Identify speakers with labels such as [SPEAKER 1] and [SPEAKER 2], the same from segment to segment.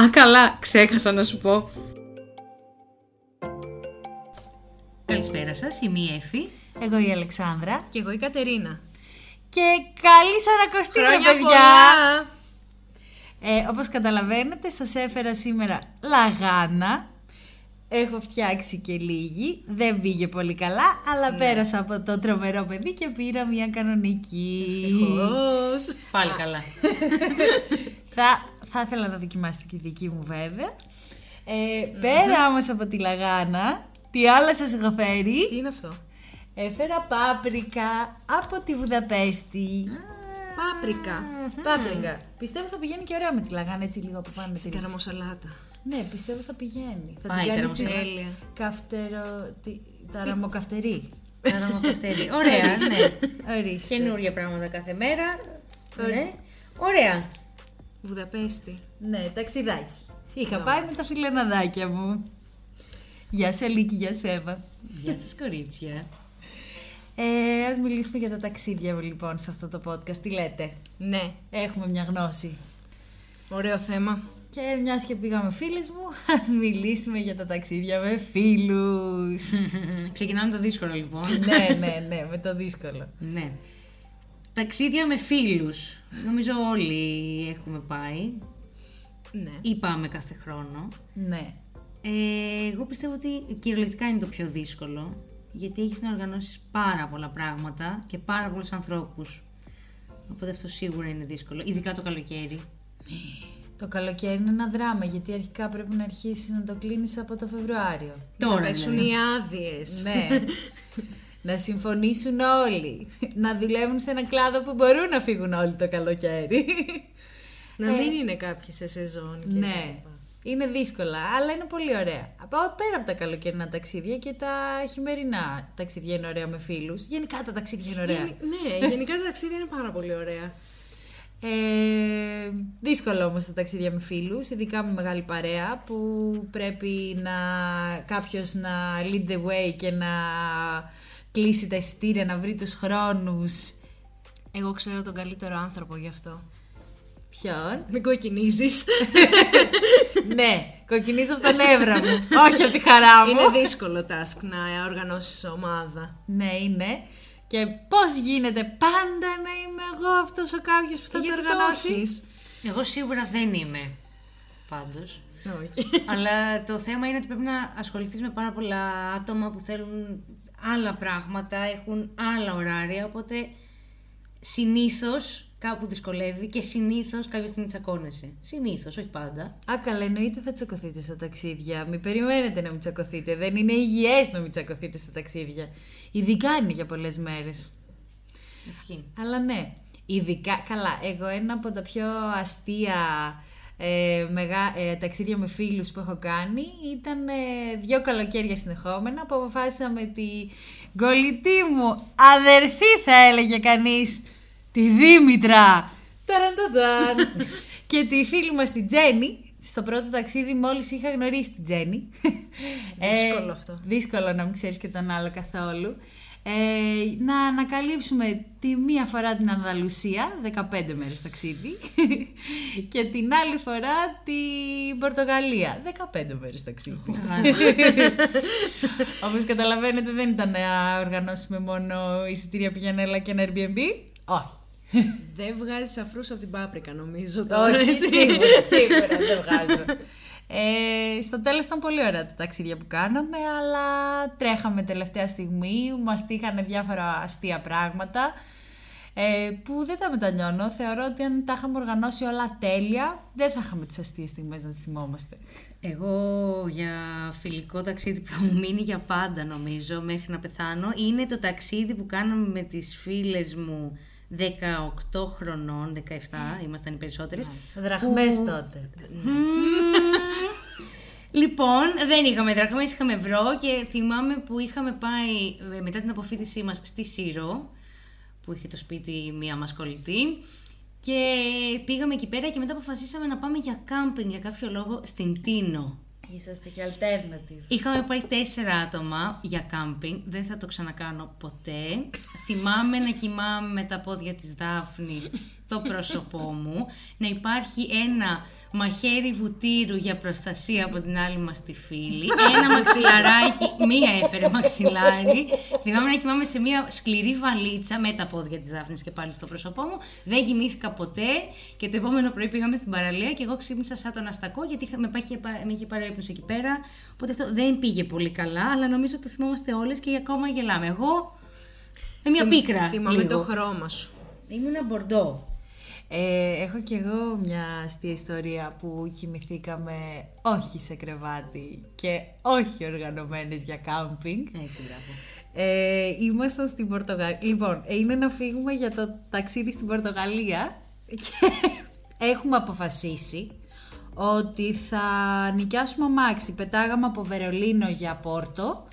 [SPEAKER 1] Α, καλά, ξέχασα να σου πω.
[SPEAKER 2] Καλησπέρα σας, είμαι η Εφη
[SPEAKER 3] Εγώ η Αλεξάνδρα.
[SPEAKER 4] Και εγώ η Κατερίνα.
[SPEAKER 3] Και καλή σαρακοστή, ρε
[SPEAKER 4] Χρόνια
[SPEAKER 3] παιδιά!
[SPEAKER 4] πολλά!
[SPEAKER 3] Ε, όπως καταλαβαίνετε, σας έφερα σήμερα λαγάνα. Έχω φτιάξει και λίγη. Δεν πήγε πολύ καλά, αλλά
[SPEAKER 4] Ναι.
[SPEAKER 3] πέρασα από το τρομερό παιδί και πήρα μια κανονική.
[SPEAKER 2] Ευτυχώς. Πάλι καλά.
[SPEAKER 3] Θα, θα ήθελα να δοκιμάσετε και τη δική μου βέβαια. Ε, πέρα όμως από τη λαγάνα, τι άλλα σας έχω
[SPEAKER 4] Τι
[SPEAKER 3] φέρει.
[SPEAKER 4] είναι αυτό.
[SPEAKER 3] Έφερα πάπρικα από τη Βουδαπέστη.
[SPEAKER 4] Πάπρικα.
[SPEAKER 3] Πάπρικα. Πιστεύω θα πηγαίνει και ωραία με τη λαγάνα έτσι λίγο από πάνω με τη ρίση.
[SPEAKER 4] Καραμοσαλάτα.
[SPEAKER 3] Ναι, πιστεύω θα πηγαίνει. Θα
[SPEAKER 2] Πάει η
[SPEAKER 3] την κάνει
[SPEAKER 2] τερμοσύλλα.
[SPEAKER 3] έτσι
[SPEAKER 4] Τέλεια.
[SPEAKER 3] καυτερο... τι- ταραμοκαυτερή.
[SPEAKER 2] Καραμοκαυτέρι. Ωραία, ναι.
[SPEAKER 3] Ορίστε.
[SPEAKER 2] Καινούρια πράγματα κάθε μέρα. Ναι. Ωραία.
[SPEAKER 4] Βουδαπέστη.
[SPEAKER 3] Ναι, ταξιδάκι. Είχα πάει με τα φιλεναδάκια μου. Γεια σου Αλίκη, γεια σου Εύα.
[SPEAKER 2] Γεια σας κορίτσια.
[SPEAKER 3] Ε, ας μιλήσουμε για τα ταξίδια λοιπόν σε αυτό το podcast. Τι λέτε.
[SPEAKER 4] Ναι.
[SPEAKER 3] Έχουμε μια γνώση.
[SPEAKER 4] Ωραίο θέμα.
[SPEAKER 3] Και μιας και πήγαμε φίλες μου, ας μιλήσουμε για τα ταξίδια με φίλους.
[SPEAKER 2] Ξεκινάμε το δύσκολο λοιπόν.
[SPEAKER 3] ναι, ναι, ναι, με το δύσκολο.
[SPEAKER 2] Ναι. Ταξίδια με φίλους. Νομίζω όλοι έχουμε πάει
[SPEAKER 4] Ναι.
[SPEAKER 2] ή πάμε κάθε χρόνο.
[SPEAKER 3] Ναι.
[SPEAKER 2] Ε, εγώ πιστεύω ότι κυριολεκτικά είναι το πιο δύσκολο, γιατί έχεις να οργανώσεις πάρα πολλά πράγματα και πάρα πολλούς ανθρώπους. Οπότε αυτό σίγουρα είναι δύσκολο, ειδικά το καλοκαίρι.
[SPEAKER 3] Το καλοκαίρι είναι ένα δράμα γιατί αρχικά πρέπει να αρχίσεις να το κλείνεις από το Φεβρουάριο.
[SPEAKER 2] Τώρα
[SPEAKER 4] Να πέσουν
[SPEAKER 2] δηλαδή.
[SPEAKER 4] οι άδειες.
[SPEAKER 3] Ναι. να συμφωνήσουν όλοι. Να δουλεύουν σε ένα κλάδο που μπορούν να φύγουν όλοι το καλοκαίρι.
[SPEAKER 4] Να
[SPEAKER 2] Ε,
[SPEAKER 4] μην είναι κάποιοι σε σεζόν. Και
[SPEAKER 3] ναι. Είναι δύσκολα, αλλά είναι πολύ ωραία. Πάω πέρα από τα καλοκαιρινά ταξίδια και τα χειμερινά ταξίδια είναι ωραία με φίλους. Γενικά τα ταξίδια είναι ωραία.
[SPEAKER 4] Γεν- ναι, γενικά τα ταξίδια είναι πάρα πολύ ωραία.
[SPEAKER 3] Ε, δύσκολο όμως τα ταξίδια με φίλους, ειδικά με μεγάλη παρέα που πρέπει να κάποιος να lead the way και να κλείσει τα εισιτήρια, να βρει τους χρόνους.
[SPEAKER 4] Εγώ ξέρω τον καλύτερο άνθρωπο γι' αυτό.
[SPEAKER 3] Ποιον?
[SPEAKER 4] Μην κοκκινίζεις.
[SPEAKER 3] ναι, κοκκινίζω από τα νεύρα μου, όχι από τη χαρά μου.
[SPEAKER 4] είναι δύσκολο task να οργανώσεις ομάδα.
[SPEAKER 3] Ναι, είναι. Και πώς γίνεται πάντα να είμαι εγώ αυτός ο κάποιος που θα το
[SPEAKER 4] Ε, Γιατί
[SPEAKER 3] οργανώσει.
[SPEAKER 4] έχεις?
[SPEAKER 2] Εγώ σίγουρα δεν είμαι, πάντως.
[SPEAKER 4] Όχι.
[SPEAKER 2] Αλλά το θέμα είναι ότι πρέπει να ασχοληθείς με πάρα πολλά άτομα που θέλουν άλλα πράγματα, έχουν άλλα ωράρια, οπότε συνήθως κάπου δυσκολεύει και συνήθως κάποια στιγμή τσακώνεσαι. Συνήθως, όχι πάντα.
[SPEAKER 3] Α, καλά, εννοείται θα τσακωθείτε στα ταξίδια. Μην περιμένετε να μην τσακωθείτε. Δεν είναι υγιές να μην τσακωθείτε στα ταξίδια. Ειδικά είναι για πολλές μέρες.
[SPEAKER 2] Ισχύει.
[SPEAKER 3] Αλλά ναι, ειδικά. Καλά, εγώ ένα από τα πιο αστεία ε, μεγά, ε, ταξίδια με φίλους που έχω κάνει ήταν ε, δύο καλοκαίρια συνεχόμενα που αποφάσισα με τη κολλητή μου αδερφή θα έλεγε κανείς τη Δήμητρα Ταρανταντάν. και τη φίλη μας την Τζέννη στο πρώτο ταξίδι μόλις είχα γνωρίσει την Τζέννη.
[SPEAKER 4] Δύσκολο αυτό.
[SPEAKER 3] Δύσκολο να μην ξέρεις και τον άλλο καθόλου. Ε, να ανακαλύψουμε τη μία φορά την Ανδαλουσία, 15 μέρες ταξίδι, και την άλλη φορά την Πορτογαλία, 15 μέρες ταξίδι. Όπως καταλαβαίνετε δεν ήταν να οργανώσουμε μόνο εισιτήρια πηγενέλα και ένα Airbnb. Όχι.
[SPEAKER 4] Δεν βγάζεις αφρούς από την πάπρικα, νομίζω. τώρα,
[SPEAKER 3] Όχι,
[SPEAKER 4] έτσι.
[SPEAKER 3] σίγουρα, σίγουρα δεν βγάζω. Ε, στο τέλος ήταν πολύ ωραία τα ταξίδια που κάναμε, αλλά τρέχαμε τελευταία στιγμή, μας τύχανε διάφορα αστεία πράγματα ε, που δεν τα μετανιώνω. Θεωρώ ότι αν τα είχαμε οργανώσει όλα τέλεια, δεν θα είχαμε τις αστείες στιγμές να τις θυμόμαστε.
[SPEAKER 2] Εγώ για φιλικό ταξίδι που θα μου μείνει για πάντα νομίζω μέχρι να πεθάνω είναι το ταξίδι που κάναμε με τις φίλες μου 18 χρονών, 17 ήμασταν οι περισσότερες.
[SPEAKER 3] Δραχμές τότε.
[SPEAKER 2] Λοιπόν, δεν είχαμε δραχμές, είχαμε ευρώ και θυμάμαι που είχαμε πάει ε, μετά την αποφύτισή μας στη Σύρο, που είχε το σπίτι μία μας κολλητή. Και πήγαμε εκεί πέρα και μετά αποφασίσαμε να πάμε για κάμπινγκ για κάποιο λόγο στην Τίνο.
[SPEAKER 3] Είσαστε και alternative.
[SPEAKER 2] Είχαμε πάει τέσσερα άτομα για κάμπινγκ. Δεν θα το ξανακάνω ποτέ. Θυμάμαι να κοιμάμαι με τα πόδια της Δάφνης στο πρόσωπό μου. Να υπάρχει ένα μαχαίρι βουτύρου για προστασία από την άλλη μας τη φίλη. Ένα μαξιλαράκι, μία έφερε μαξιλάρι. Θυμάμαι να κοιμάμαι σε μία σκληρή βαλίτσα με τα πόδια της Δάφνης και πάλι στο πρόσωπό μου. Δεν κοιμήθηκα ποτέ και το επόμενο πρωί πήγαμε στην παραλία και εγώ ξύπνησα σαν τον αστακό γιατί είχα- με, πά- είχε πά- με είχε πάρει ο ύπνος εκεί πέρα. Οπότε αυτό δεν πήγε πολύ καλά, αλλά νομίζω το θυμόμαστε όλες και ακόμα γελάμε. Εγώ με μία πίκρα.
[SPEAKER 4] Θυμάμαι
[SPEAKER 2] λίγο.
[SPEAKER 4] το χρώμα σου.
[SPEAKER 2] Ήμουνα μπορντό.
[SPEAKER 3] Ε, έχω κι εγώ μια αστεία ιστορία που κοιμηθήκαμε όχι σε κρεβάτι και όχι οργανωμένες για κάμπινγκ.
[SPEAKER 2] Έτσι, μπράβο.
[SPEAKER 3] Ε, ήμασταν στην Πορτογαλία. Λοιπόν, ε, είναι να φύγουμε για το ταξίδι στην Πορτογαλία και έχουμε αποφασίσει ότι θα νοικιάσουμε αμάξι. Πετάγαμε από Βερολίνο για Πόρτο,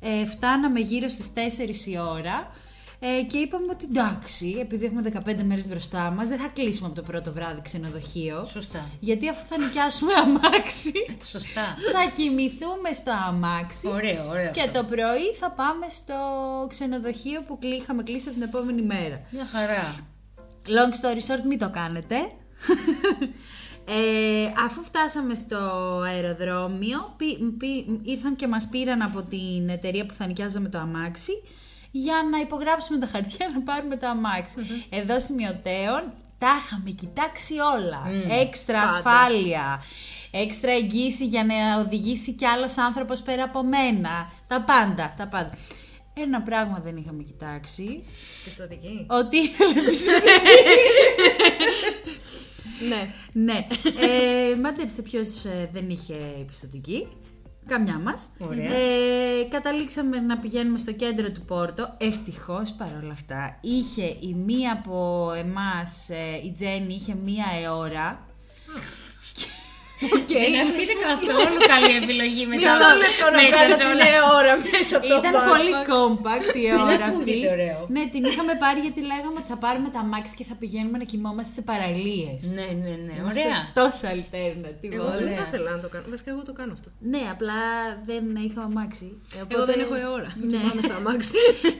[SPEAKER 3] ε, φτάναμε γύρω στις 4 η ώρα ε, και είπαμε ότι εντάξει, επειδή έχουμε 15 μέρες μπροστά μας, δεν θα κλείσουμε από το πρώτο βράδυ ξενοδοχείο,
[SPEAKER 2] Σωστά.
[SPEAKER 3] γιατί αφού θα νοικιάσουμε αμάξι,
[SPEAKER 2] Σωστά.
[SPEAKER 3] θα κοιμηθούμε στο αμάξι
[SPEAKER 2] Ωραίο, ωραίο.
[SPEAKER 3] και το πρωί θα πάμε στο ξενοδοχείο που κλεί- είχαμε κλείσει την επόμενη μέρα.
[SPEAKER 2] Μια χαρά.
[SPEAKER 3] Long story short, μην το κάνετε. ε, αφού φτάσαμε στο αεροδρόμιο, πι- πι- ήρθαν και μας πήραν από την εταιρεία που θα νοικιάζαμε το αμάξι για να υπογράψουμε τα χαρτιά να πάρουμε το αμαξι Εδώ σημειωτέων τα είχαμε κοιτάξει όλα. Έξτρα ασφάλεια, έξτρα εγγύηση για να οδηγήσει κι άλλος άνθρωπος πέρα από μένα. Τα πάντα, τα πάντα. Ένα πράγμα δεν είχαμε κοιτάξει,
[SPEAKER 4] Πιστοτική.
[SPEAKER 3] ότι ήθελε επιστροφή.
[SPEAKER 4] Ναι.
[SPEAKER 3] Ναι. Ε, μαντέψτε ποιος δεν είχε πιστοτική. Καμιά μας.
[SPEAKER 2] Ωραία.
[SPEAKER 3] Ε, καταλήξαμε να πηγαίνουμε στο κέντρο του Πόρτο. Ευτυχώς παρόλα αυτά είχε η μία από εμάς, η Τζέννη, είχε μία αιώρα.
[SPEAKER 2] Δεν ήταν καθόλου καλή επιλογή μετά.
[SPEAKER 3] Μισό
[SPEAKER 4] λεπτό να
[SPEAKER 2] μέσα
[SPEAKER 4] βγάλω
[SPEAKER 2] σε
[SPEAKER 4] την
[SPEAKER 2] όλα.
[SPEAKER 4] αιώρα μέσα από το
[SPEAKER 3] Ήταν
[SPEAKER 4] backpack.
[SPEAKER 3] πολύ compact η ώρα αυτή.
[SPEAKER 2] ακούγεται ωραίο.
[SPEAKER 3] Ναι, την είχαμε πάρει γιατί λέγαμε ότι θα πάρουμε τα μάξι και θα πηγαίνουμε να κοιμόμαστε σε παραλίες.
[SPEAKER 2] Ναι, ναι, ναι. Ωραία.
[SPEAKER 3] Τόσο alternative
[SPEAKER 4] Εγώ δεν
[SPEAKER 3] όλα.
[SPEAKER 4] θα ήθελα να το κάνω. Βασικά εγώ το κάνω αυτό.
[SPEAKER 3] Ναι, απλά δεν είχα αμάξι.
[SPEAKER 4] Εγώ
[SPEAKER 3] Οπότε-
[SPEAKER 4] δεν έχω αιώρα.
[SPEAKER 3] Ναι.
[SPEAKER 4] Ναι. Πάμε στα αμάξι.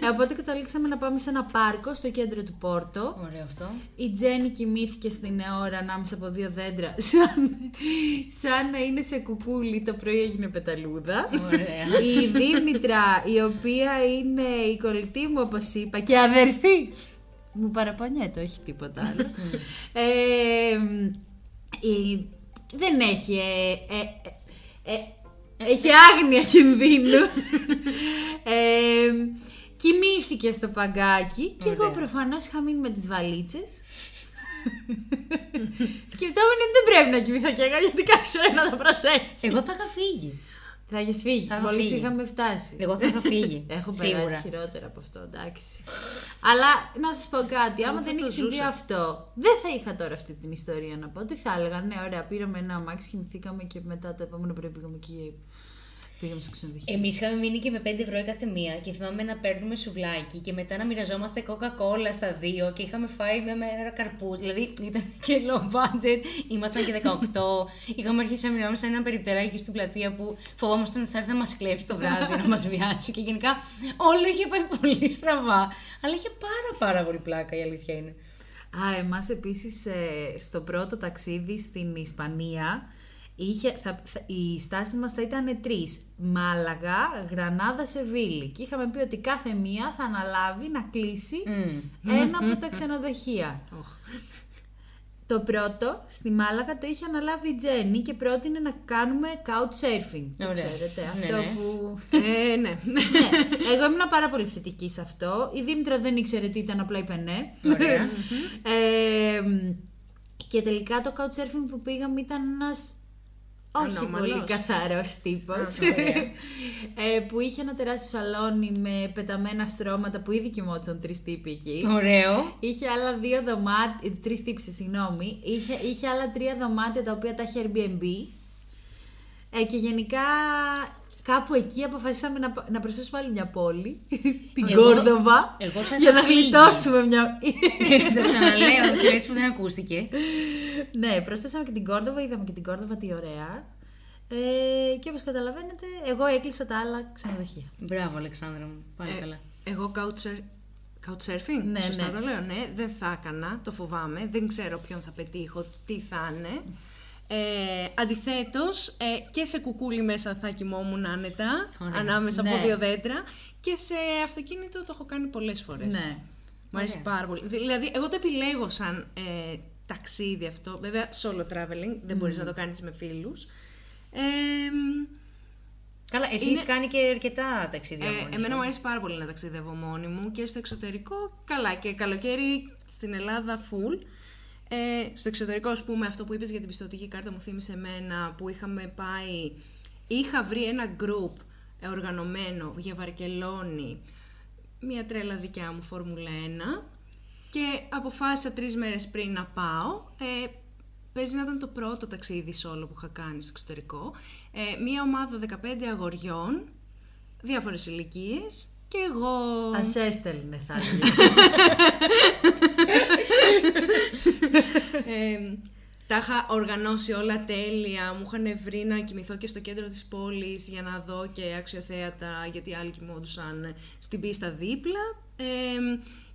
[SPEAKER 3] Ε, Οπότε καταλήξαμε να πάμε σε ένα πάρκο στο κέντρο του Πόρτο.
[SPEAKER 2] Ωραίο αυτό.
[SPEAKER 3] Η Τζέννη κοιμήθηκε στην ώρα ανάμεσα από δύο δέντρα, σαν, σαν να είναι σε κουκούλι. Το πρωί έγινε πεταλούδα.
[SPEAKER 2] Ωραία.
[SPEAKER 3] Η Δήμητρα, η οποία είναι η κολλητή μου, όπως είπα, και αδερφή. Μου παραπονιέται, όχι τίποτα άλλο. ε, η- δεν έχει. ε, ε, ε, ε, έχει άγνοια κινδύνου. ε, κοιμήθηκε στο παγκάκι και εγώ
[SPEAKER 2] Ωραία.
[SPEAKER 3] προφανώς είχα μείνει με τις βαλίτσες. Σκεφτόμουν ότι δεν πρέπει να κοιμηθώ κι εγώ γιατί κάποιος πρέπει να τα προσέχεις.
[SPEAKER 2] Εγώ θα είχα φύγει.
[SPEAKER 3] Θα έχεις φύγει,
[SPEAKER 2] Θα είχα
[SPEAKER 3] μόλις
[SPEAKER 2] φύγει.
[SPEAKER 3] είχαμε φτάσει.
[SPEAKER 2] Εγώ θα είχα φύγει.
[SPEAKER 3] Έχω περάσει
[SPEAKER 2] Σίγουρα.
[SPEAKER 3] χειρότερα από αυτό, εντάξει. Αλλά να σας πω κάτι, άμα
[SPEAKER 4] θα
[SPEAKER 3] δεν
[SPEAKER 4] το
[SPEAKER 3] είχε συμβεί
[SPEAKER 4] ζούσα.
[SPEAKER 3] αυτό, δεν θα είχα τώρα αυτή την ιστορία να πω. Τι θα έλεγα, ναι, ωραία, πήραμε ένα αμάξι, κοιμηθήκαμε και μετά το επόμενο πρωί πήγαμε εκεί. Πήγαμε στο ξενοδοχείο.
[SPEAKER 2] Εμείς είχαμε μείνει και με 5 ευρώ η καθεμία και θυμάμαι να παίρνουμε σουβλάκι και μετά να μοιραζόμαστε κόκα-κόλα στα δύο και είχαμε φάει με με ένα καρπούζ. Δηλαδή ήταν και low budget, ήμασταν και 18. είχαμε αρχίσει να μοιράζουμε σε ένα περιπτεράκι στην πλατεία που φοβόμασταν ότι θα έρθει να μας κλέψει το βράδυ, να μας βιάσει και γενικά όλο είχε πάει πολύ στραβά. Αλλά είχε πάρα πάρα πολύ πλάκα η αλήθεια είναι.
[SPEAKER 3] Α, εμάς επίσης στο πρώτο ταξίδι στην Ισπανία. Είχε, θα, θα- οι στάσεις μας θα ήταν τρεις Μάλαγα, Γρανάδα, Σεβίλη Και είχαμε πει ότι κάθε μία θα αναλάβει να κλείσει
[SPEAKER 2] Μμμ.
[SPEAKER 3] ένα από τα ξενοδοχεία Το πρώτο στη Μάλαγα το είχε αναλάβει η Τζέννη και πρότεινε να κάνουμε couchsurfing. Το
[SPEAKER 2] Ωραία.
[SPEAKER 3] ξέρετε.
[SPEAKER 2] Ναι,
[SPEAKER 3] Αυτό
[SPEAKER 2] ναι.
[SPEAKER 3] που.
[SPEAKER 4] Ε, ναι.
[SPEAKER 3] ναι. Εγώ ήμουν πάρα πολύ θετική σε αυτό. Η Δήμητρα δεν ήξερε τι ήταν, απλά είπε ναι.
[SPEAKER 2] Ωραία.
[SPEAKER 3] Ε, και τελικά το couchsurfing που πήγαμε ήταν ένας. Όχι
[SPEAKER 4] Ανώμαλος.
[SPEAKER 3] πολύ καθαρός τύπος
[SPEAKER 2] ωραία.
[SPEAKER 3] ε, που είχε ένα τεράστιο σαλόνι με πεταμένα στρώματα που ήδη κοιμόντουσαν τρεις τύποι εκεί.
[SPEAKER 2] Ωραίο.
[SPEAKER 3] Είχε άλλα δύο δωμάτια, τρεις τύψει, συγγνώμη. Είχε, είχε άλλα τρία δωμάτια τα οποία τα είχε Airbnb. Ε, και γενικά κάπου εκεί αποφασίσαμε να, πα- να προσθέσουμε άλλη μια πόλη, την
[SPEAKER 2] Εγώ-
[SPEAKER 3] Κόρδοβα,
[SPEAKER 2] εγώ θα
[SPEAKER 3] για
[SPEAKER 2] είχα
[SPEAKER 3] να
[SPEAKER 2] φύγει.
[SPEAKER 3] γλιτώσουμε μια.
[SPEAKER 2] το ξαναλέω, τις λέξεις που δεν ακούστηκε.
[SPEAKER 3] ναι, προσθέσαμε και την Κόρδοβα, είδαμε και την Κόρδοβα τι ωραία. Ε, και όπως καταλαβαίνετε, εγώ έκλεισα τα άλλα ξενοδοχεία.
[SPEAKER 2] Μπράβο, Αλεξάνδρα μου. Πάλι
[SPEAKER 4] Ε,
[SPEAKER 2] καλά.
[SPEAKER 4] Εγώ couchsurf... couchsurfing,
[SPEAKER 3] Ναι,
[SPEAKER 4] σωστά
[SPEAKER 3] ναι.
[SPEAKER 4] το λέω, ναι. Δεν θα έκανα, το φοβάμαι, δεν ξέρω ποιον θα πετύχω, τι θα είναι. Ε, αντιθέτως, ε, και σε κουκούλι μέσα θα κοιμόμουν άνετα,
[SPEAKER 2] Ωραία.
[SPEAKER 4] ανάμεσα
[SPEAKER 3] Ναι.
[SPEAKER 4] από δύο δέντρα και σε αυτοκίνητο το έχω κάνει πολλές φορές.
[SPEAKER 3] Ναι.
[SPEAKER 4] Μ' αρέσει
[SPEAKER 2] Ωραία.
[SPEAKER 4] πάρα πολύ. Δηλαδή, εγώ το επιλέγω σαν ε, ταξίδι αυτό. Βέβαια, solo traveling, δεν μπορείς να το κάνεις με φίλους. Ε,
[SPEAKER 2] Καλά, εσύ
[SPEAKER 4] Είναι-
[SPEAKER 2] έχεις κάνει και αρκετά ταξίδια. μόνη
[SPEAKER 4] ε,
[SPEAKER 2] σου.
[SPEAKER 4] εμένα μου αρέσει πάρα πολύ να ταξιδεύω μόνη μου και στο εξωτερικό, καλά και καλοκαίρι στην Ελλάδα full. Ε, στο εξωτερικό, ας πούμε, αυτό που είπες για την πιστοτική κάρτα μου θύμισε εμένα που είχαμε πάει, είχα βρει ένα group ε, οργανωμένο για Βαρκελόνη, μια τρέλα δικιά μου, Φόρμουλα 1 και αποφάσισα τρεις μέρες πριν να πάω. Ε, παίζει να ήταν το πρώτο ταξίδι solo που είχα κάνει στο εξωτερικό. Ε, μια ομάδα 15 αγοριών, διάφορες ηλικίες και εγώ...
[SPEAKER 3] Ας έστελνε θα έλεγα.
[SPEAKER 4] Ε, τα είχα οργανώσει όλα τέλεια, μου είχαν βρει να κοιμηθώ και στο κέντρο της πόλης για να δω και αξιοθέατα γιατί άλλοι κοιμόντουσαν στην πίστα δίπλα Ε,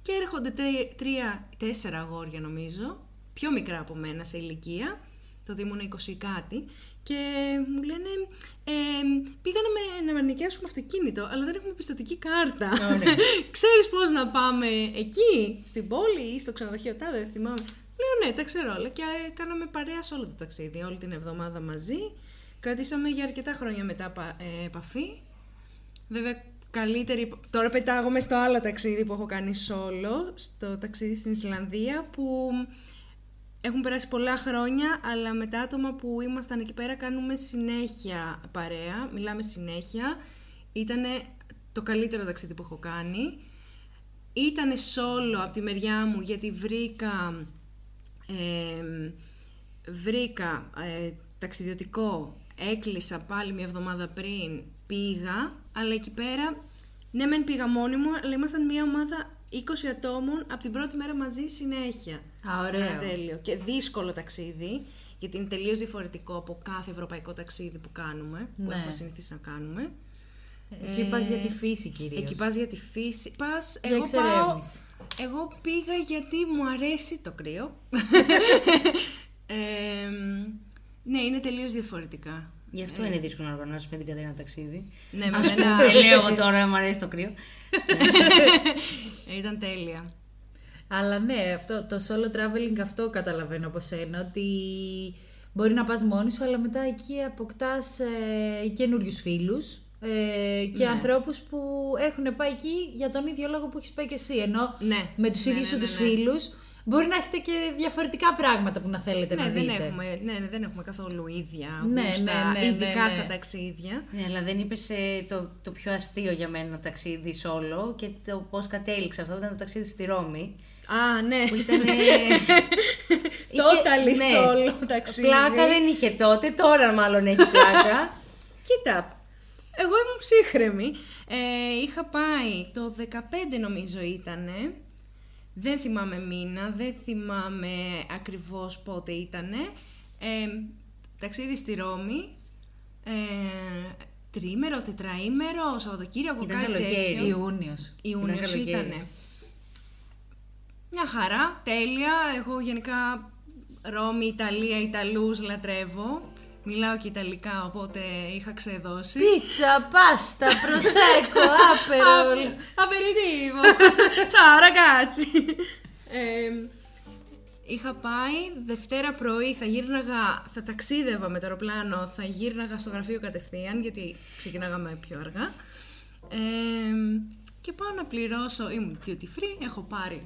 [SPEAKER 4] και έρχονται τε- τρία, τέσσερα αγόρια νομίζω, πιο μικρά από μένα σε ηλικία τότε ήμουν 20 κάτι και μου λένε ε, πήγανε με, να νοικιάσουμε αυτοκίνητο αλλά δεν έχουμε πιστοτική κάρτα ξέρεις πώς να πάμε εκεί στην πόλη ή στο ξενοδοχείο τάδε δεν θυμάμαι λέω ναι τα ξέρω όλα και ε, κάναμε παρέα σε όλο το ταξίδι όλη την εβδομάδα μαζί κρατήσαμε για αρκετά χρόνια μετά πα- ε, επαφή Βέβαια, καλύτερη. Τώρα πετάγομαι στο άλλο ταξίδι που έχω κάνει solo, στο ταξίδι στην Ισλανδία, που έχουν περάσει πολλά χρόνια, αλλά με τα άτομα που ήμασταν εκεί πέρα κάνουμε συνέχεια παρέα, μιλάμε συνέχεια. Ήταν το καλύτερο ταξίδι που έχω κάνει. Ήταν solo από τη μεριά μου γιατί βρήκα, ε, βρήκα ε, ταξιδιωτικό, έκλεισα πάλι μια εβδομάδα πριν, πήγα, αλλά εκεί πέρα, ναι μεν πήγα μόνη μου, αλλά ήμασταν μια ομάδα 20 ατόμων από την πρώτη μέρα μαζί συνέχεια.
[SPEAKER 3] Α, ωραίο.
[SPEAKER 4] Ένα Τέλειο. Και δύσκολο ταξίδι, γιατί είναι τελείως διαφορετικό από κάθε ευρωπαϊκό ταξίδι που κάνουμε, που
[SPEAKER 3] Ναι.
[SPEAKER 4] έχουμε συνηθίσει να κάνουμε.
[SPEAKER 3] Εκεί πας για τη φύση κυρίως.
[SPEAKER 4] Εκεί πας για τη φύση. Πας,
[SPEAKER 3] Για
[SPEAKER 4] εγώ, πάω,
[SPEAKER 3] εξερεύνηση.
[SPEAKER 4] εγώ πήγα γιατί μου αρέσει το κρύο. Ε, ναι, είναι τελείως διαφορετικά.
[SPEAKER 2] Γι' αυτό είναι δύσκολο να οργανώσεις με την Κατερίνα ταξίδι.
[SPEAKER 4] ε, Ναι, με
[SPEAKER 2] Ας
[SPEAKER 4] μένα-
[SPEAKER 2] πούμε, λέω τώρα, μου αρέσει το κρύο.
[SPEAKER 4] Ε, Ήταν τέλεια.
[SPEAKER 3] Αλλά ναι, αυτό, το solo traveling αυτό καταλαβαίνω από σένα, ότι μπορεί να πας μόνη σου, αλλά μετά εκεί αποκτάς ε, καινούριους φίλους ε, και
[SPEAKER 4] Ναι.
[SPEAKER 3] ανθρώπους που έχουν πάει εκεί για τον ίδιο λόγο που έχεις πάει και εσύ. Ενώ
[SPEAKER 4] Ναι.
[SPEAKER 3] με τους
[SPEAKER 4] Ναι,
[SPEAKER 3] ίδιους
[SPEAKER 4] ναι,
[SPEAKER 3] σου
[SPEAKER 4] ναι,
[SPEAKER 3] τους
[SPEAKER 4] ναι.
[SPEAKER 3] φίλους μπορεί να έχετε και διαφορετικά πράγματα που να θέλετε
[SPEAKER 4] Ναι,
[SPEAKER 3] να
[SPEAKER 4] δεν
[SPEAKER 3] δείτε.
[SPEAKER 4] έχουμε, ναι, ναι, δεν έχουμε καθόλου ίδια
[SPEAKER 3] Ναι,
[SPEAKER 4] γούστα,
[SPEAKER 3] ναι, ναι, ναι,
[SPEAKER 4] ειδικά
[SPEAKER 3] ναι.
[SPEAKER 4] στα ταξίδια.
[SPEAKER 2] Ναι, αλλά δεν είπες το, το πιο αστείο για μένα ταξίδι solo και το πώς κατέληξα. Αυτό ήταν το ταξίδι στη Ρώμη.
[SPEAKER 4] Α, ναι.
[SPEAKER 2] Που ήταν. ε, είχε-
[SPEAKER 4] Totally
[SPEAKER 2] ναι.
[SPEAKER 4] solo ταξίδι.
[SPEAKER 2] Πλάκα δεν είχε τότε, τώρα μάλλον έχει πλάκα.
[SPEAKER 4] Κοίτα, εγώ ήμουν ψύχρεμη. Ε, είχα πάει το 15 νομίζω ήτανε. Δεν θυμάμαι μήνα, δεν θυμάμαι ακριβώς πότε ήτανε. Ε, ταξίδι στη Ρώμη. Ε, τρίμερο, τετραήμερο, Σαββατοκύριακο,
[SPEAKER 2] Ήταν
[SPEAKER 4] κάτι
[SPEAKER 2] καλοκαίρι.
[SPEAKER 4] τέτοιο.
[SPEAKER 3] Ιούνιος.
[SPEAKER 4] Ιούνιος
[SPEAKER 2] καλοκαίρι.
[SPEAKER 4] ήτανε. Μια χαρά, τέλεια. Εγώ γενικά Ρώμη, Ιταλία, Ιταλούς λατρεύω. Μιλάω και Ιταλικά, οπότε είχα ξεδώσει.
[SPEAKER 3] Πίτσα, πάστα, προσέκο, άπερολ.
[SPEAKER 4] Απεριτίβο. Ciao ragazzi. Ε, Είχα πάει Δευτέρα πρωί, θα γύρναγα, θα ταξίδευα με το αεροπλάνο, θα γύρναγα στο γραφείο κατευθείαν, γιατί ξεκινάγαμε πιο αργά. Ε, και πάω να πληρώσω, ήμουν duty free, έχω πάρει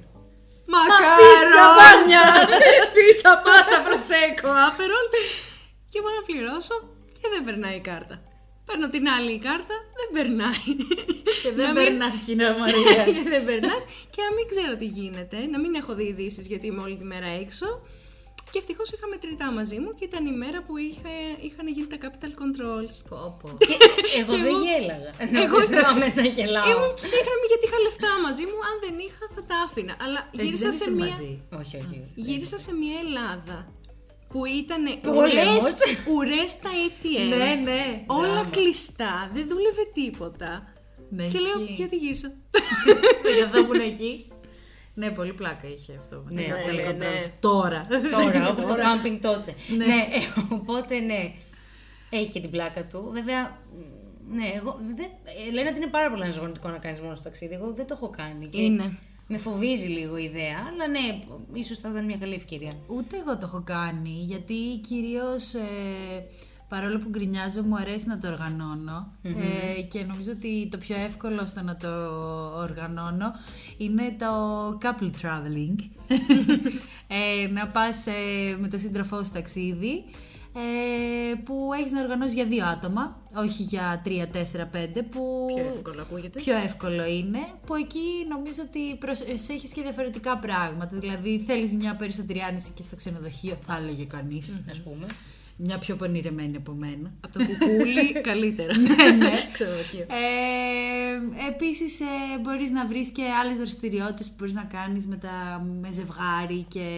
[SPEAKER 4] μακαρόνια, πίτσα, πάστα, προσέκο, άπερον και πάω να πληρώσω και δεν περνάει η κάρτα. Παίρνω την άλλη η κάρτα, δεν περνάει.
[SPEAKER 3] και δεν ε.
[SPEAKER 4] Να μην-
[SPEAKER 3] περνάς κοινό, Μαρία.
[SPEAKER 4] και δεν περνάς. και να μην ξέρω τι γίνεται, να μην έχω δει ειδήσεις γιατί είμαι όλη τη μέρα έξω. Και ευτυχώς είχαμε τριτά μαζί μου και ήταν η μέρα που είχε, είχαν γίνει τα capital controls.
[SPEAKER 3] Πω, πω.
[SPEAKER 2] Και εγώ
[SPEAKER 4] Κι εγώ.
[SPEAKER 2] δεν γέλαγα.
[SPEAKER 4] Εγώ
[SPEAKER 2] Εγώ θυμάμαι να γελάω.
[SPEAKER 4] Ήμουν ψύχρεμη γιατί είχα λεφτά μαζί μου. Αν δεν είχα, θα τα άφηνα. Αλλά
[SPEAKER 3] Εσύ
[SPEAKER 4] γύρισα
[SPEAKER 3] δεν
[SPEAKER 4] σε
[SPEAKER 3] ήσουν
[SPEAKER 4] μία.
[SPEAKER 3] μαζί.
[SPEAKER 2] Όχι, όχι.
[SPEAKER 4] Γύρισα σε μία Ελλάδα. που ήταν
[SPEAKER 2] Πόλεμος.
[SPEAKER 4] ουρές, ουρές στα ATM.
[SPEAKER 3] Ναι, ναι.
[SPEAKER 4] Όλα
[SPEAKER 3] Δράμα.
[SPEAKER 4] κλειστά, δεν δούλευε τίποτα.
[SPEAKER 3] Ναι,
[SPEAKER 4] και λέω,
[SPEAKER 3] ισχύει.
[SPEAKER 4] γιατί γύρισα.
[SPEAKER 3] Για εδώ ήμουν εκεί. Ναι, πολύ πλάκα είχε αυτό. με τα
[SPEAKER 2] Ναι,
[SPEAKER 3] καπέλα
[SPEAKER 4] ναι, ναι.
[SPEAKER 3] κοντρόλες. Τώρα.
[SPEAKER 2] Τώρα, όπως το κάμπινγκ τότε.
[SPEAKER 3] Ναι.
[SPEAKER 2] Ναι, ε, οπότε ναι. Έχει και την πλάκα του. Βέβαια, ναι, εγώ. Δεν, ε, λένε ότι είναι πάρα πολύ αναζωογονητικό να κάνεις μόνο στο ταξίδι. Εγώ δεν το έχω κάνει. Και
[SPEAKER 4] Είναι.
[SPEAKER 2] Με φοβίζει λίγο η ιδέα, αλλά ναι, ίσως θα ήταν μια καλή ευκαιρία.
[SPEAKER 3] Ούτε εγώ το έχω κάνει, γιατί κυρίως ε, παρόλο που γκρινιάζω μου αρέσει να το οργανωνω ε, και νομίζω ότι το πιο εύκολο στο να το οργανώνω είναι το couple traveling. ε, να πας ε, με τον σύντροφό σου ταξίδι ε, που έχεις να οργανώσεις για δύο άτομα, όχι για τρία, τέσσερα, πέντε που...
[SPEAKER 4] Πιο εύκολο ακούγεται.
[SPEAKER 3] Πιο εύκολο είναι, που εκεί νομίζω ότι προσέχεις και διαφορετικά πράγματα. Δηλαδή θέλεις μια περισσότερη άνεση και στο ξενοδοχείο, θα έλεγε κανείς.
[SPEAKER 2] ας πούμε.
[SPEAKER 3] Μια πιο πονηρεμένη από μένα.
[SPEAKER 4] Από το κουκούλι καλύτερα.
[SPEAKER 3] Ναι, ναι.
[SPEAKER 4] Ξενοδοχείο.
[SPEAKER 3] Ε, επίσης ε, μπορείς να βρεις και άλλες δραστηριότητες που μπορείς να κάνεις με, τα, με ζευγάρι και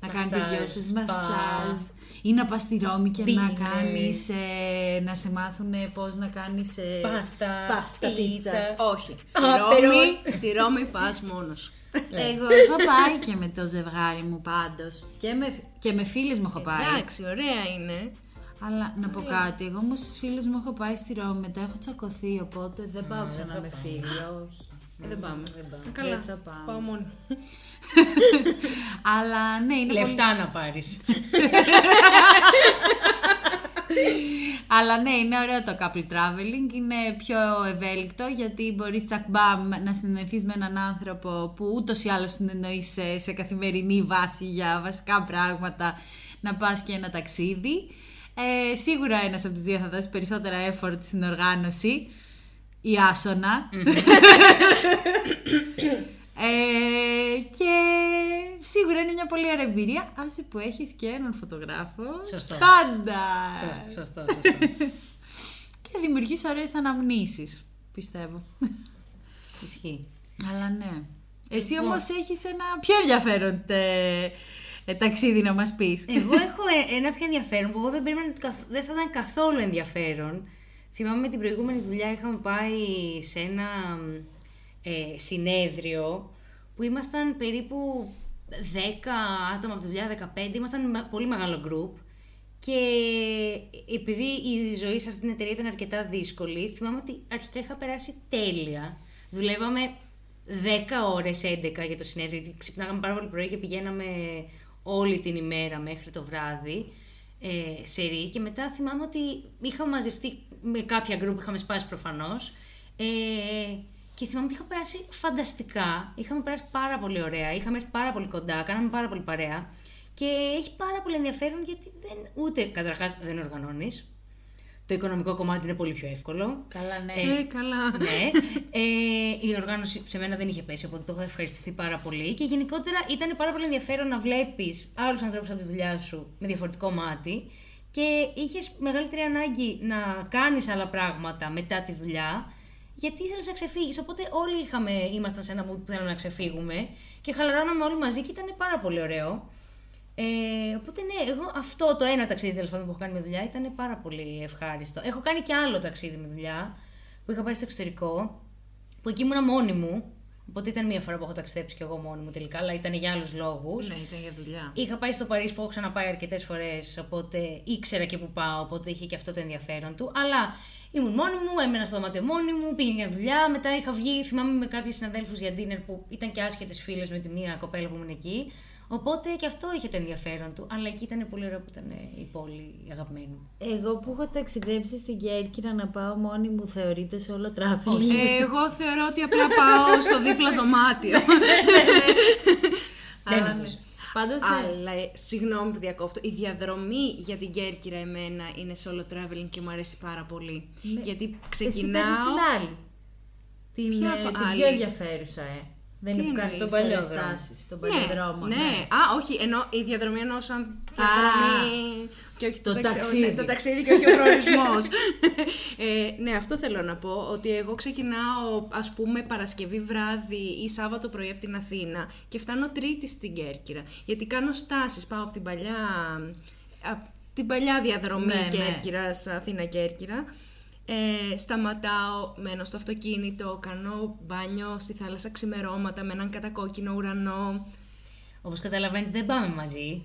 [SPEAKER 3] να
[SPEAKER 2] Μασάζ,
[SPEAKER 3] κάνετε δυο σας
[SPEAKER 2] spa.
[SPEAKER 3] μασάζ ή να πας στη Ρώμη και
[SPEAKER 2] Dinners.
[SPEAKER 3] να κάνεις, ε, να σε μάθουν πώς να κάνεις ε,
[SPEAKER 2] Πάστα,
[SPEAKER 3] πάστα, πίτσα.
[SPEAKER 2] πίτσα.
[SPEAKER 4] Όχι. Στη
[SPEAKER 2] Α,
[SPEAKER 4] Ρώμη,
[SPEAKER 2] περόν.
[SPEAKER 4] στη Ρώμη πας μόνος.
[SPEAKER 3] Εγώ έχω πάει και με το ζευγάρι μου πάντως και με, και με φίλες μου έχω πάει.
[SPEAKER 4] Εντάξει, ωραία είναι.
[SPEAKER 3] Αλλά να πω κάτι, εγώ όμως στις φίλες μου έχω πάει στη Ρώμη, μετά έχω τσακωθεί, οπότε δεν πάω ξανά με φίλοι, όχι.
[SPEAKER 4] Ε, δεν πάμε.
[SPEAKER 2] πάμε.
[SPEAKER 4] Καλά,
[SPEAKER 3] Ναι, Δεν θα πάμε.
[SPEAKER 4] πάω μόνη.
[SPEAKER 3] Αλλά ναι, είναι πολύ...
[SPEAKER 2] Λεφτά να πάρεις.
[SPEAKER 3] Αλλά ναι, είναι ωραίο το couple traveling, είναι πιο ευέλικτο γιατί μπορείς τσακμπάμ να συνεννοηθείς με έναν άνθρωπο που ούτως ή άλλως συνεννοείς σε, σε καθημερινή βάση για βασικά πράγματα, να πας και ένα ταξίδι. Ε, σίγουρα ένας από τους δύο θα δώσει περισσότερα effort στην οργάνωση, η άσονα.
[SPEAKER 2] Mm-hmm.
[SPEAKER 3] Ε, και σίγουρα είναι μια πολύ ωραία εμπειρία, άσε που έχεις και έναν φωτογράφο.
[SPEAKER 2] Σωστό.
[SPEAKER 3] Πάντα!
[SPEAKER 2] σωστό, σωστό. σωστό.
[SPEAKER 3] Και δημιουργείς ωραίες αναμνήσεις, πιστεύω.
[SPEAKER 2] Ισχύει.
[SPEAKER 3] Αλλά ναι. Εσύ όμως έχεις ένα πιο ενδιαφέρον τε- ε, ταξίδι να μας πεις.
[SPEAKER 2] Εγώ έχω ε- ένα πιο ενδιαφέρον που εγώ δεν περίμενα ότι καθ- δεν θα ήταν καθόλου ενδιαφέρον. Θυμάμαι με την προηγούμενη δουλειά είχαμε πάει σε ένα ε, συνέδριο που ήμασταν περίπου 10 άτομα από τη δουλειά, 15, ήμασταν με- πολύ μεγάλο group και επειδή η ζωή σε αυτή την εταιρεία ήταν αρκετά δύσκολη, θυμάμαι ότι αρχικά είχα περάσει τέλεια. Δουλεύαμε 10 ώρες, 11 για το συνέδριο, γιατί ξυπνάγαμε πάρα πολύ πρωί και πηγαίναμε όλη την ημέρα μέχρι το βράδυ ε, σε ρί και μετά θυμάμαι ότι είχα μαζευτεί με κάποια γκρουπ, είχαμε σπάσει προφανώς ε, και θυμάμαι ότι είχα περάσει φανταστικά, είχαμε περάσει πάρα πολύ ωραία, είχαμε έρθει πάρα πολύ κοντά, κάναμε πάρα πολύ παρέα και έχει πάρα πολύ ενδιαφέρον γιατί δεν, ούτε καταρχάς δεν οργανώνεις, το οικονομικό κομμάτι είναι πολύ πιο εύκολο,
[SPEAKER 3] Καλά, ναι.
[SPEAKER 4] Ε, καλά.
[SPEAKER 2] ναι. Ε, η οργάνωση σε μένα δεν είχε πέσει, οπότε το έχω ευχαριστηθεί πάρα πολύ. Και γενικότερα ήταν πάρα πολύ ενδιαφέρον να βλέπεις άλλους ανθρώπους από τη δουλειά σου με διαφορετικό μάτι και είχες μεγαλύτερη ανάγκη να κάνεις άλλα πράγματα μετά τη δουλειά. Γιατί ήθελε να ξεφύγεις. Οπότε όλοι είχαμε, ήμασταν σε ένα mood που θέλαμε να ξεφύγουμε και χαλαρώναμε όλοι μαζί και ήταν πάρα πολύ ωραίο. Ε, οπότε ναι, εγώ αυτό το ένα ταξίδι τέλος πάντων που έχω κάνει με δουλειά ήταν πάρα πολύ ευχάριστο. Έχω κάνει και άλλο ταξίδι με δουλειά που είχα πάει στο εξωτερικό, που εκεί ήμουνα μόνη μου. Οπότε ήταν μία φορά που έχω ταξιδέψει κι εγώ μόνη μου τελικά, αλλά ήταν για άλλους λόγους.
[SPEAKER 4] Ναι, ήταν για δουλειά.
[SPEAKER 2] Είχα πάει στο Παρίσι που έχω ξαναπάει αρκετές φορές, οπότε ήξερα και που πάω, οπότε είχε και αυτό το ενδιαφέρον του. Αλλά ήμουν μόνη μου, έμενα στο δωμάτιο μόνη μου, πήγαινε για δουλειά. Μετά είχα βγει, θυμάμαι, με κάποιους συναδέλφους για ντίνερ που ήταν και άσχετες φίλες με τη μία κοπέλα που ήμουν εκεί. Οπότε και αυτό είχε το ενδιαφέρον του. Αλλά εκεί ήταν πολύ ωραίο που ήταν ε, η πόλη η αγαπημένη μου.
[SPEAKER 3] Εγώ που έχω ταξιδέψει στην Κέρκυρα να πάω μόνη μου θεωρείται σε όλο τράπεζι.
[SPEAKER 4] Ε, εγώ θεωρώ ότι απλά πάω στο δίπλα
[SPEAKER 3] Ναι.
[SPEAKER 4] δωμάτιο.
[SPEAKER 2] Δεν
[SPEAKER 3] Αλλά ναι.
[SPEAKER 2] νομίζω.
[SPEAKER 3] Πάντως ναι.
[SPEAKER 4] Αλλά ε, συγγνώμη που διακόπτω. Η διαδρομή για την Κέρκυρα εμένα είναι solo traveling και μου αρέσει πάρα πολύ.
[SPEAKER 3] Ναι.
[SPEAKER 4] Γιατί
[SPEAKER 3] Εσύ παίρνεις
[SPEAKER 4] ξεκινάω.
[SPEAKER 3] την άλλη. Την,
[SPEAKER 4] Ποια
[SPEAKER 3] ε,
[SPEAKER 4] από-
[SPEAKER 3] την
[SPEAKER 4] άλλη?
[SPEAKER 3] πιο ενδιαφέρουσα, ε. Δεν
[SPEAKER 4] Τι
[SPEAKER 3] είναι που κάνει
[SPEAKER 4] εννοείς?
[SPEAKER 3] τις
[SPEAKER 2] Τον παλιό
[SPEAKER 3] ωραίες
[SPEAKER 2] δρόμο.
[SPEAKER 3] τάσεις, τον παλιό δρόμο.
[SPEAKER 4] ναι. Α, όχι, ενώ η διαδρομή εννοώ σαν διαδρομή και όχι
[SPEAKER 3] το
[SPEAKER 4] ταξι-
[SPEAKER 3] ταξίδι.
[SPEAKER 4] ναι, το ταξίδι και όχι ο προορισμός. ε, ναι, αυτό θέλω να πω, ότι εγώ ξεκινάω ας πούμε Παρασκευή βράδυ ή Σάββατο πρωί από την Αθήνα και φτάνω Τρίτη στην Κέρκυρα, γιατί κάνω στάσεις, πάω από την παλιά από την παλιά διαδρομή
[SPEAKER 3] Ναι, ναι.
[SPEAKER 4] Κέρκυρας, Αθήνα-Κέρκυρα. Ε, σταματάω, μένω στο αυτοκίνητο, κάνω μπάνιο στη θάλασσα ξημερώματα με έναν κατακόκκινο ουρανό.
[SPEAKER 2] Όπως καταλαβαίνετε, δεν πάμε μαζί.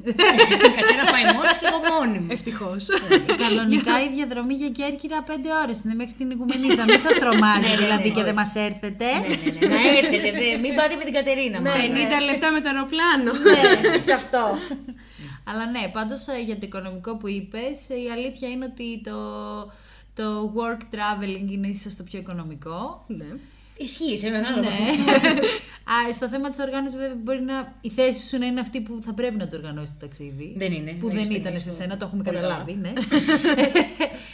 [SPEAKER 2] Κατέρα πάει μόνος και εγώ μόνη μου.
[SPEAKER 4] Ευτυχώς.
[SPEAKER 3] Ναι, Ε, Κανονικά η διαδρομή για Κέρκυρα 5 ώρες είναι μέχρι την Οικουμενίτσα. Μην σας τρομάζει
[SPEAKER 2] Ναι, ναι,
[SPEAKER 3] δηλαδή
[SPEAKER 2] ναι,
[SPEAKER 3] και δεν
[SPEAKER 2] όχι.
[SPEAKER 3] μας έρθετε.
[SPEAKER 2] ναι, ναι, ναι. Να έρθετε, δε, μην πάτε με την Κατερίνα
[SPEAKER 4] Ναι.
[SPEAKER 2] μου.
[SPEAKER 4] 50 λεπτά με το αεροπλάνο.
[SPEAKER 3] Ναι, και αυτό. Αλλά ναι, πάντως ε, για το οικονομικό που είπες, ε, η αλήθεια είναι ότι το, το work traveling είναι ίσως το πιο οικονομικό.
[SPEAKER 4] ναι.
[SPEAKER 2] Ισχύει σε μεγάλο
[SPEAKER 3] Ναι.
[SPEAKER 2] βαθμό.
[SPEAKER 3] Α, στο θέμα της οργάνωσης βέβαια μπορεί να, η θέση σου να είναι αυτή που θα πρέπει να το οργανώσεις το ταξίδι.
[SPEAKER 2] Δεν είναι.
[SPEAKER 3] Που
[SPEAKER 2] Να
[SPEAKER 3] δεν
[SPEAKER 2] έχεις
[SPEAKER 3] ήταν
[SPEAKER 2] ταινίες
[SPEAKER 3] σε
[SPEAKER 2] που-
[SPEAKER 3] σένα, το έχουμε
[SPEAKER 2] Πολύ καλά.
[SPEAKER 3] καταλάβει, ναι.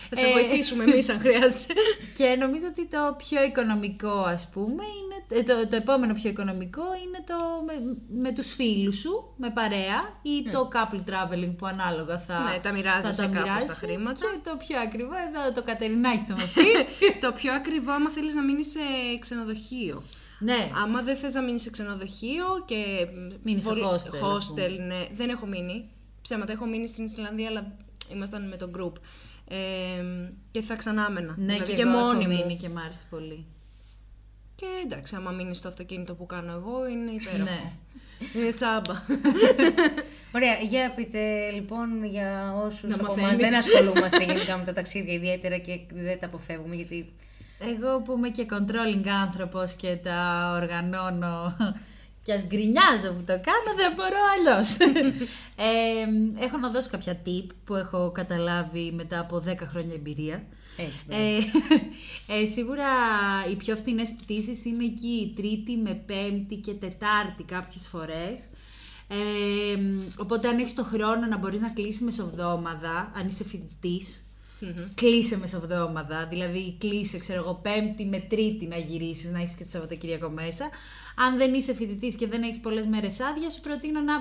[SPEAKER 4] Θα σε
[SPEAKER 3] Ε,
[SPEAKER 4] βοηθήσουμε εμείς αν χρειάζεται.
[SPEAKER 3] Και νομίζω ότι το πιο οικονομικό, ας πούμε, είναι, ε, το, το επόμενο πιο οικονομικό είναι το με, με τους φίλους σου, με παρέα ή το couple traveling που ανάλογα θα
[SPEAKER 4] Ναι, τα μοιράζεσαι
[SPEAKER 3] θα
[SPEAKER 4] κάπως τα
[SPEAKER 3] μοιράσει.
[SPEAKER 4] χρήματα.
[SPEAKER 3] Και το πιο ακριβό, εδώ το Κατερινάκι θα μας πει.
[SPEAKER 4] το πιο ακριβό άμα θέλεις να μείνεις σε ξενοδοχείο.
[SPEAKER 3] ναι,
[SPEAKER 4] Άμα δεν θες να μείνεις σε ξενοδοχείο και... μ,
[SPEAKER 3] Μείνεις σε hostel, ας πούμε.
[SPEAKER 4] hostel, ναι. Δεν έχω μείνει. Ψέματα, έχω μείνει στην Ισλανδία, αλλά ήμασταν με το group. Ε, και θα ξανάμενα.
[SPEAKER 3] ναι
[SPEAKER 4] δηλαδή
[SPEAKER 3] και, εγώ έχω
[SPEAKER 4] μόνη μου.
[SPEAKER 3] μείνει και μ' άρεσε πολύ.
[SPEAKER 4] Και εντάξει, άμα μείνεις στο αυτοκίνητο που κάνω εγώ, είναι υπέροχο.
[SPEAKER 3] ναι.
[SPEAKER 4] Είναι τσάμπα.
[SPEAKER 2] Ωραία, για πείτε λοιπόν για όσους
[SPEAKER 4] Να
[SPEAKER 2] από εμά
[SPEAKER 4] μαθαίνεις.
[SPEAKER 2] δεν ασχολούμαστε γενικά με τα ταξίδια ιδιαίτερα και δεν τα αποφεύγουμε γιατί.
[SPEAKER 3] Εγώ που είμαι και controlling άνθρωπος και τα οργανώνω και ας γκρινιάζω που το κάνω, δεν μπορώ αλλιώς. ε, έχω να δώσω κάποια tip που έχω καταλάβει μετά από 10 χρόνια εμπειρία.
[SPEAKER 2] Έτσι. μπράβο.
[SPEAKER 3] Ε, ε, σίγουρα οι πιο φθηνές πτήσεις είναι εκεί η Τρίτη με Πέμπτη και Τετάρτη κάποιες φορές. Ε, οπότε αν έχεις το χρόνο να μπορείς να κλείσεις μεσοβδόμαδα, αν είσαι φοιτητής, κλείσε μεσοβδόμαδα, δηλαδή κλείσε, ξέρω εγώ, Πέμπτη με Τρίτη να γυρίσεις, να έχεις και το Σαββατοκύριακο μέσα. Αν δεν είσαι φοιτητής και δεν έχεις πολλές μέρες άδεια, σου προτείνω να,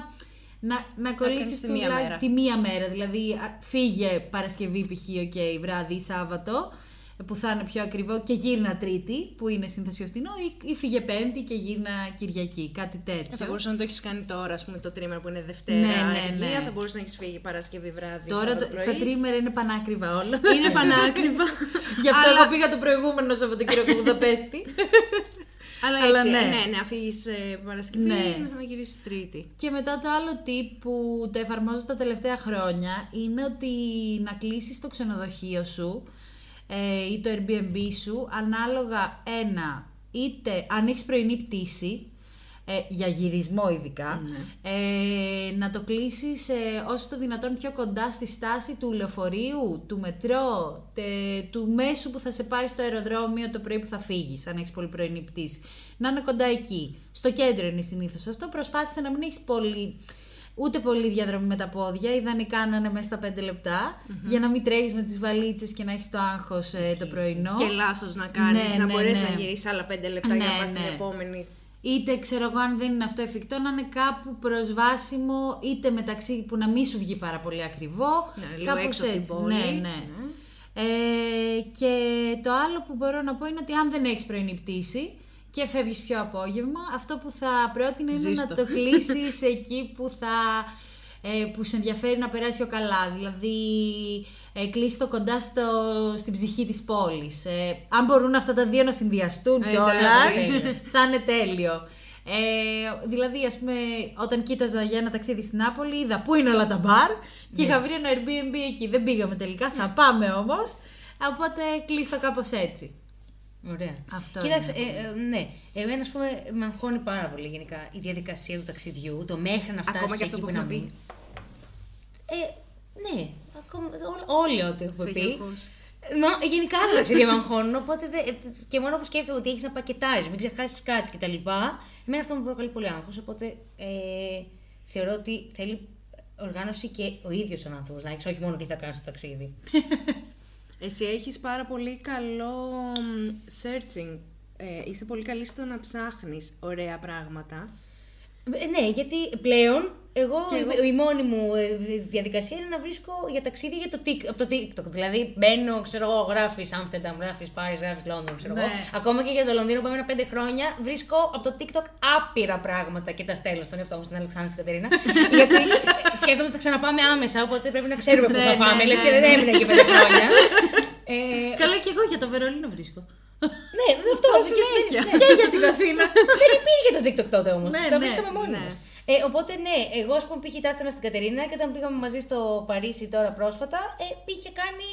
[SPEAKER 3] να, να κολλήσεις
[SPEAKER 4] κάνεις τη μία
[SPEAKER 3] τουλάχιστον-
[SPEAKER 4] μέρα.
[SPEAKER 3] τη μία μέρα. Δηλαδή, α, φύγε Παρασκευή, π.χ. Okay, βράδυ ή Σάββατο, που θα είναι πιο ακριβό, και γύρνα Τρίτη, που είναι συνήθως πιο φθηνό, ή, ή φύγε Πέμπτη και γύρνα Κυριακή. Κάτι τέτοιο.
[SPEAKER 4] Ε, θα μπορούσες να το έχεις κάνει τώρα, ας πούμε, το τρίμερο που είναι Δευτέρα.
[SPEAKER 3] Ναι, ναι,
[SPEAKER 4] αργία,
[SPEAKER 3] ναι.
[SPEAKER 4] θα μπορούσες να έχεις φύγει Παρασκευή βράδυ.
[SPEAKER 3] Τώρα
[SPEAKER 4] Σάββατο
[SPEAKER 3] το, στα
[SPEAKER 4] πρωί.
[SPEAKER 3] τρίμερα είναι πανάκριβα όλα.
[SPEAKER 4] Είναι πανάκριβα.
[SPEAKER 3] Γι' αυτό
[SPEAKER 4] αλλά,
[SPEAKER 3] εγώ πήγα το προηγούμενο Σαββατοκύριακο Βουδαπέστη.
[SPEAKER 4] αλλά
[SPEAKER 3] αλλά
[SPEAKER 4] έτσι,
[SPEAKER 3] ναι.
[SPEAKER 4] ναι, ναι, να φύγει Παρασκευή
[SPEAKER 3] Ναι.
[SPEAKER 4] να γυρίσει Τρίτη.
[SPEAKER 3] Και μετά το άλλο tip που το εφαρμόζω τα τελευταία χρόνια είναι ότι να κλείσεις το ξενοδοχείο σου ε, ή το Airbnb σου ανάλογα ένα είτε αν έχεις πρωινή πτήση ε, για γυρισμό ειδικά ε, να το κλείσεις ε, όσο το δυνατόν πιο κοντά στη στάση του λεωφορείου, του μετρό, τε, του μέσου που θα σε πάει στο αεροδρόμιο το πρωί που θα φύγεις αν έχεις πολύ πρωινή πτήση. Να είναι κοντά εκεί. Στο κέντρο είναι συνήθως αυτό. Προσπάθησε να μην έχεις πολύ ούτε πολύ διαδρομή με τα πόδια, ιδανικά να είναι μέσα στα 5 λεπτα για να μην τρέχεις με τις βαλίτσες και να έχεις το άγχος ε, το πρωινό.
[SPEAKER 4] Και λάθος να κάνεις,
[SPEAKER 3] Ναι,
[SPEAKER 4] να
[SPEAKER 3] ναι,
[SPEAKER 4] μπορέσει
[SPEAKER 3] ναι.
[SPEAKER 4] να γυρίσεις άλλα πέντε λεπτά για
[SPEAKER 3] Ναι,
[SPEAKER 4] να πα
[SPEAKER 3] ναι.
[SPEAKER 4] στην επόμενη.
[SPEAKER 3] Είτε ξέρω εγώ αν δεν είναι αυτό εφικτό να είναι κάπου προσβάσιμο είτε μεταξύ που να μην σου βγει πάρα πολύ ακριβό.
[SPEAKER 4] Ναι, λίγο έξω από την πόλη.
[SPEAKER 3] Ναι, ναι. Ε, και το άλλο που μπορώ να πω είναι ότι αν δεν έχεις πρωινή πτήση και φεύγεις πιο απόγευμα, αυτό που θα πρότεινα είναι
[SPEAKER 4] Ζήστο.
[SPEAKER 3] να το κλείσεις εκεί που θα ε, που σε ενδιαφέρει να περάσει πιο καλά. Δηλαδή, ε, κλείσει το κοντά στο, στην ψυχή της πόλης. Ε, αν μπορούν αυτά τα δύο να συνδυαστούν
[SPEAKER 4] Ε,
[SPEAKER 3] κιόλας,
[SPEAKER 4] εντάξει.
[SPEAKER 3] θα είναι τέλειο. Ε, δηλαδή, ας πούμε, όταν κοίταζα για ένα ταξίδι στην Νάπολη, είδα πού είναι όλα τα μπαρ και είχα βρει ένα Airbnb εκεί. Δεν πήγαμε τελικά, θα πάμε όμως. Οπότε κλείστο κάπως έτσι.
[SPEAKER 2] Ωραία.
[SPEAKER 3] Αυτό
[SPEAKER 2] Κοίταξε, ε, ε, ναι. Εμένα, ας πούμε, με αγχώνει πάρα πολύ γενικά η διαδικασία του ταξιδιού, το μέχρι να φτάσει.
[SPEAKER 4] Ακόμα και αυτό που έχουμε πει.
[SPEAKER 2] Ε, ναι, ακόμα, ό- όλοι ό,τι έχουμε
[SPEAKER 4] Σε
[SPEAKER 2] πει.
[SPEAKER 4] γεγονός.
[SPEAKER 2] Μα, γενικά τα ταξίδια με αγχώνουν, οπότε δε- ε, και μόνο που σκέφτομαι ότι έχεις να πακετάρεις, μην ξεχάσεις κάτι κτλ. Εμένα αυτό μου προκαλεί πολύ άγχος, οπότε ε, θεωρώ ότι θέλει οργάνωση και ο ίδιος ο άνθρωπος να έχεις, όχι μόνο τι θα κάνεις στο ταξίδι.
[SPEAKER 4] Εσύ έχεις πάρα πολύ καλό μ, searching. Ε, είσαι πολύ καλή στο να ψάχνεις ωραία πράγματα.
[SPEAKER 2] Ε, Ναι, γιατί πλέον εγώ,
[SPEAKER 4] Και εγώ.
[SPEAKER 2] η- η μόνη μου ε, δι- διαδικασία είναι να βρίσκω για ταξίδια για το, Tik- από το TikTok. Δηλαδή μπαίνω, ξέρω εγώ, γράφεις Amsterdam, γράφεις Paris, γράφεις Λονδίνο, ξέρω εγώ.
[SPEAKER 4] Ναι.
[SPEAKER 2] Ακόμα και για το Λονδίνο που έμενα πέντε χρόνια, βρίσκω από το TikTok άπειρα πράγματα και τα στέλνω στον εαυτό μου στην Αλεξάνδρα στην Κατερίνα. γιατί σκέφτομαι ότι θα ξαναπάμε άμεσα, οπότε πρέπει να ξέρουμε πού θα
[SPEAKER 3] Ναι, ναι,
[SPEAKER 2] πάμε. Λες και
[SPEAKER 3] ναι,
[SPEAKER 2] δεν
[SPEAKER 3] ναι.
[SPEAKER 2] έμεινε εκεί πέντε χρόνια. Ε,
[SPEAKER 3] Καλά και εγώ για το Βερολίνο βρίσκω.
[SPEAKER 2] ναι, αυτό.
[SPEAKER 3] Πάω
[SPEAKER 2] και-
[SPEAKER 3] συνέχεια.
[SPEAKER 2] ναι.
[SPEAKER 3] Και για την Αθήνα.
[SPEAKER 2] Δεν υπήρχε το TikTok τότε όμως.
[SPEAKER 3] Ναι,
[SPEAKER 2] τα
[SPEAKER 3] ναι,
[SPEAKER 2] βρίσκαμε μόνοι
[SPEAKER 4] ναι.
[SPEAKER 2] μας. Ε, οπότε ναι, εγώ ας πούμε πήγε τάστανα στην Κατερίνα και όταν πήγαμε μαζί στο Παρίσι τώρα πρόσφατα, ε, είχε κάνει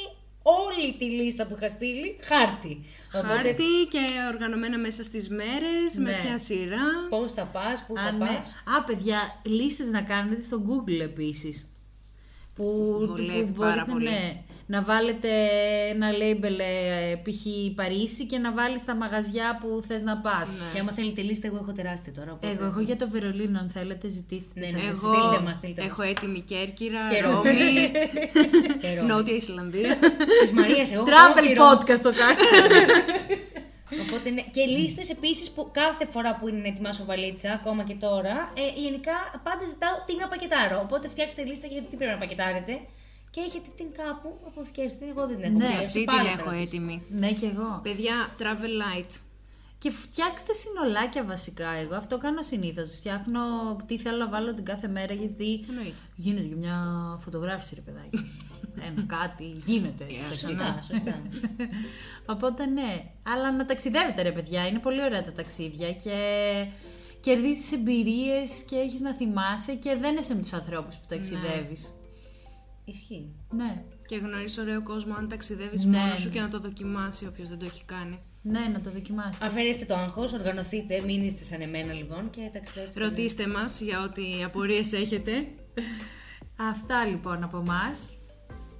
[SPEAKER 2] όλη τη λίστα που είχα στείλει χάρτη. Οπότε
[SPEAKER 4] Χάρτη και οργανωμένα μέσα στις μέρες, με
[SPEAKER 3] Ναι.
[SPEAKER 4] ποια σειρά.
[SPEAKER 2] πώς θα πας, πού
[SPEAKER 3] Α,
[SPEAKER 2] θα
[SPEAKER 3] ναι.
[SPEAKER 2] πας.
[SPEAKER 3] Α, παιδιά, λίστες να κάνετε στο Google επίσης. Που,
[SPEAKER 4] Βολεύει
[SPEAKER 3] που
[SPEAKER 4] πάρα πολύ.
[SPEAKER 3] ναι, να βάλετε ένα label ε, π.χ. Παρίσι και να βάλεις τα μαγαζιά που θες να πας.
[SPEAKER 2] Και άμα θέλετε λίστα, εγώ έχω τεράστια τώρα. οπότε-
[SPEAKER 3] Εγώ, εγώ για το Βερολίνο, αν θέλετε, ζητήστε. τι
[SPEAKER 2] Ναι,
[SPEAKER 3] θα
[SPEAKER 2] ναι.
[SPEAKER 3] σας-
[SPEAKER 4] Εγώ
[SPEAKER 2] στείλτε μας, στείλτε μας.
[SPEAKER 4] έχω έτοιμη Κέρκυρα,
[SPEAKER 2] Και Ρώμη.
[SPEAKER 4] Ρώμη,
[SPEAKER 2] Και Ρώμη.
[SPEAKER 4] Νότια Ισλανδία.
[SPEAKER 2] Της Μαρίας, εγώ.
[SPEAKER 3] Ε, Travel
[SPEAKER 2] ολόκληρο.
[SPEAKER 3] podcast το κάνω.
[SPEAKER 2] Οπότε, ναι. Και λίστες επίσης που κάθε φορά που είναι να ετοιμάσω βαλίτσα, ακόμα και τώρα, ε, γενικά πάντα ζητάω τι να πακετάρω. Οπότε φτιάξτε λίστα για το τι πρέπει να πακετάρετε και έχετε την κάπου αποθηκεύσει. την. Εγώ δεν την έχω
[SPEAKER 4] Και
[SPEAKER 3] Ναι,
[SPEAKER 2] αποθηκεύσει,
[SPEAKER 4] αυτή την
[SPEAKER 2] πάλι θα
[SPEAKER 4] έχω
[SPEAKER 2] ρωτήσω.
[SPEAKER 4] έτοιμη.
[SPEAKER 3] ναι, και εγώ.
[SPEAKER 4] Παιδιά, travel light.
[SPEAKER 3] Και φτιάξτε συνολάκια βασικά. Εγώ αυτό κάνω συνήθως. Φτιάχνω τι θέλω να βάλω την κάθε μέρα, γιατί
[SPEAKER 4] Εννοείται.
[SPEAKER 3] γίνεται και μια φωτογράφηση, ρε παιδάκι. Ένα κάτι γίνεται. στα ταξίδια.
[SPEAKER 2] Σωστά, σωστά.
[SPEAKER 3] Οπότε ναι, αλλά να ταξιδεύετε ρε παιδιά, είναι πολύ ωραία τα ταξίδια και κερδίζεις εμπειρίες και έχεις να θυμάσαι και δεν είσαι με τους ανθρώπους που ταξιδεύεις.
[SPEAKER 2] Ισχύει.
[SPEAKER 3] Ναι,
[SPEAKER 4] Και γνωρίζεις ωραίο κόσμο αν ταξιδεύεις
[SPEAKER 3] Ναι.
[SPEAKER 4] μόνος σου και να το δοκιμάσει όποιος δεν το έχει κάνει.
[SPEAKER 3] ναι, να το δοκιμάσεις.
[SPEAKER 2] Αφαιρέστε το άγχος, οργανωθείτε, μην είστε σαν εμένα λοιπόν και ταξιδέψτε.
[SPEAKER 4] Ρωτήστε μας για ό,τι απορίες έχετε.
[SPEAKER 3] Αυτά λοιπόν από εμά.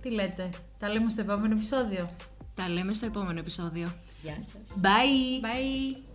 [SPEAKER 3] Τι λέτε, τα λέμε στο επόμενο επεισόδιο.
[SPEAKER 4] Τα λέμε στο επόμενο επεισόδιο.
[SPEAKER 2] Γεια σας.
[SPEAKER 3] Bye!
[SPEAKER 4] Bye!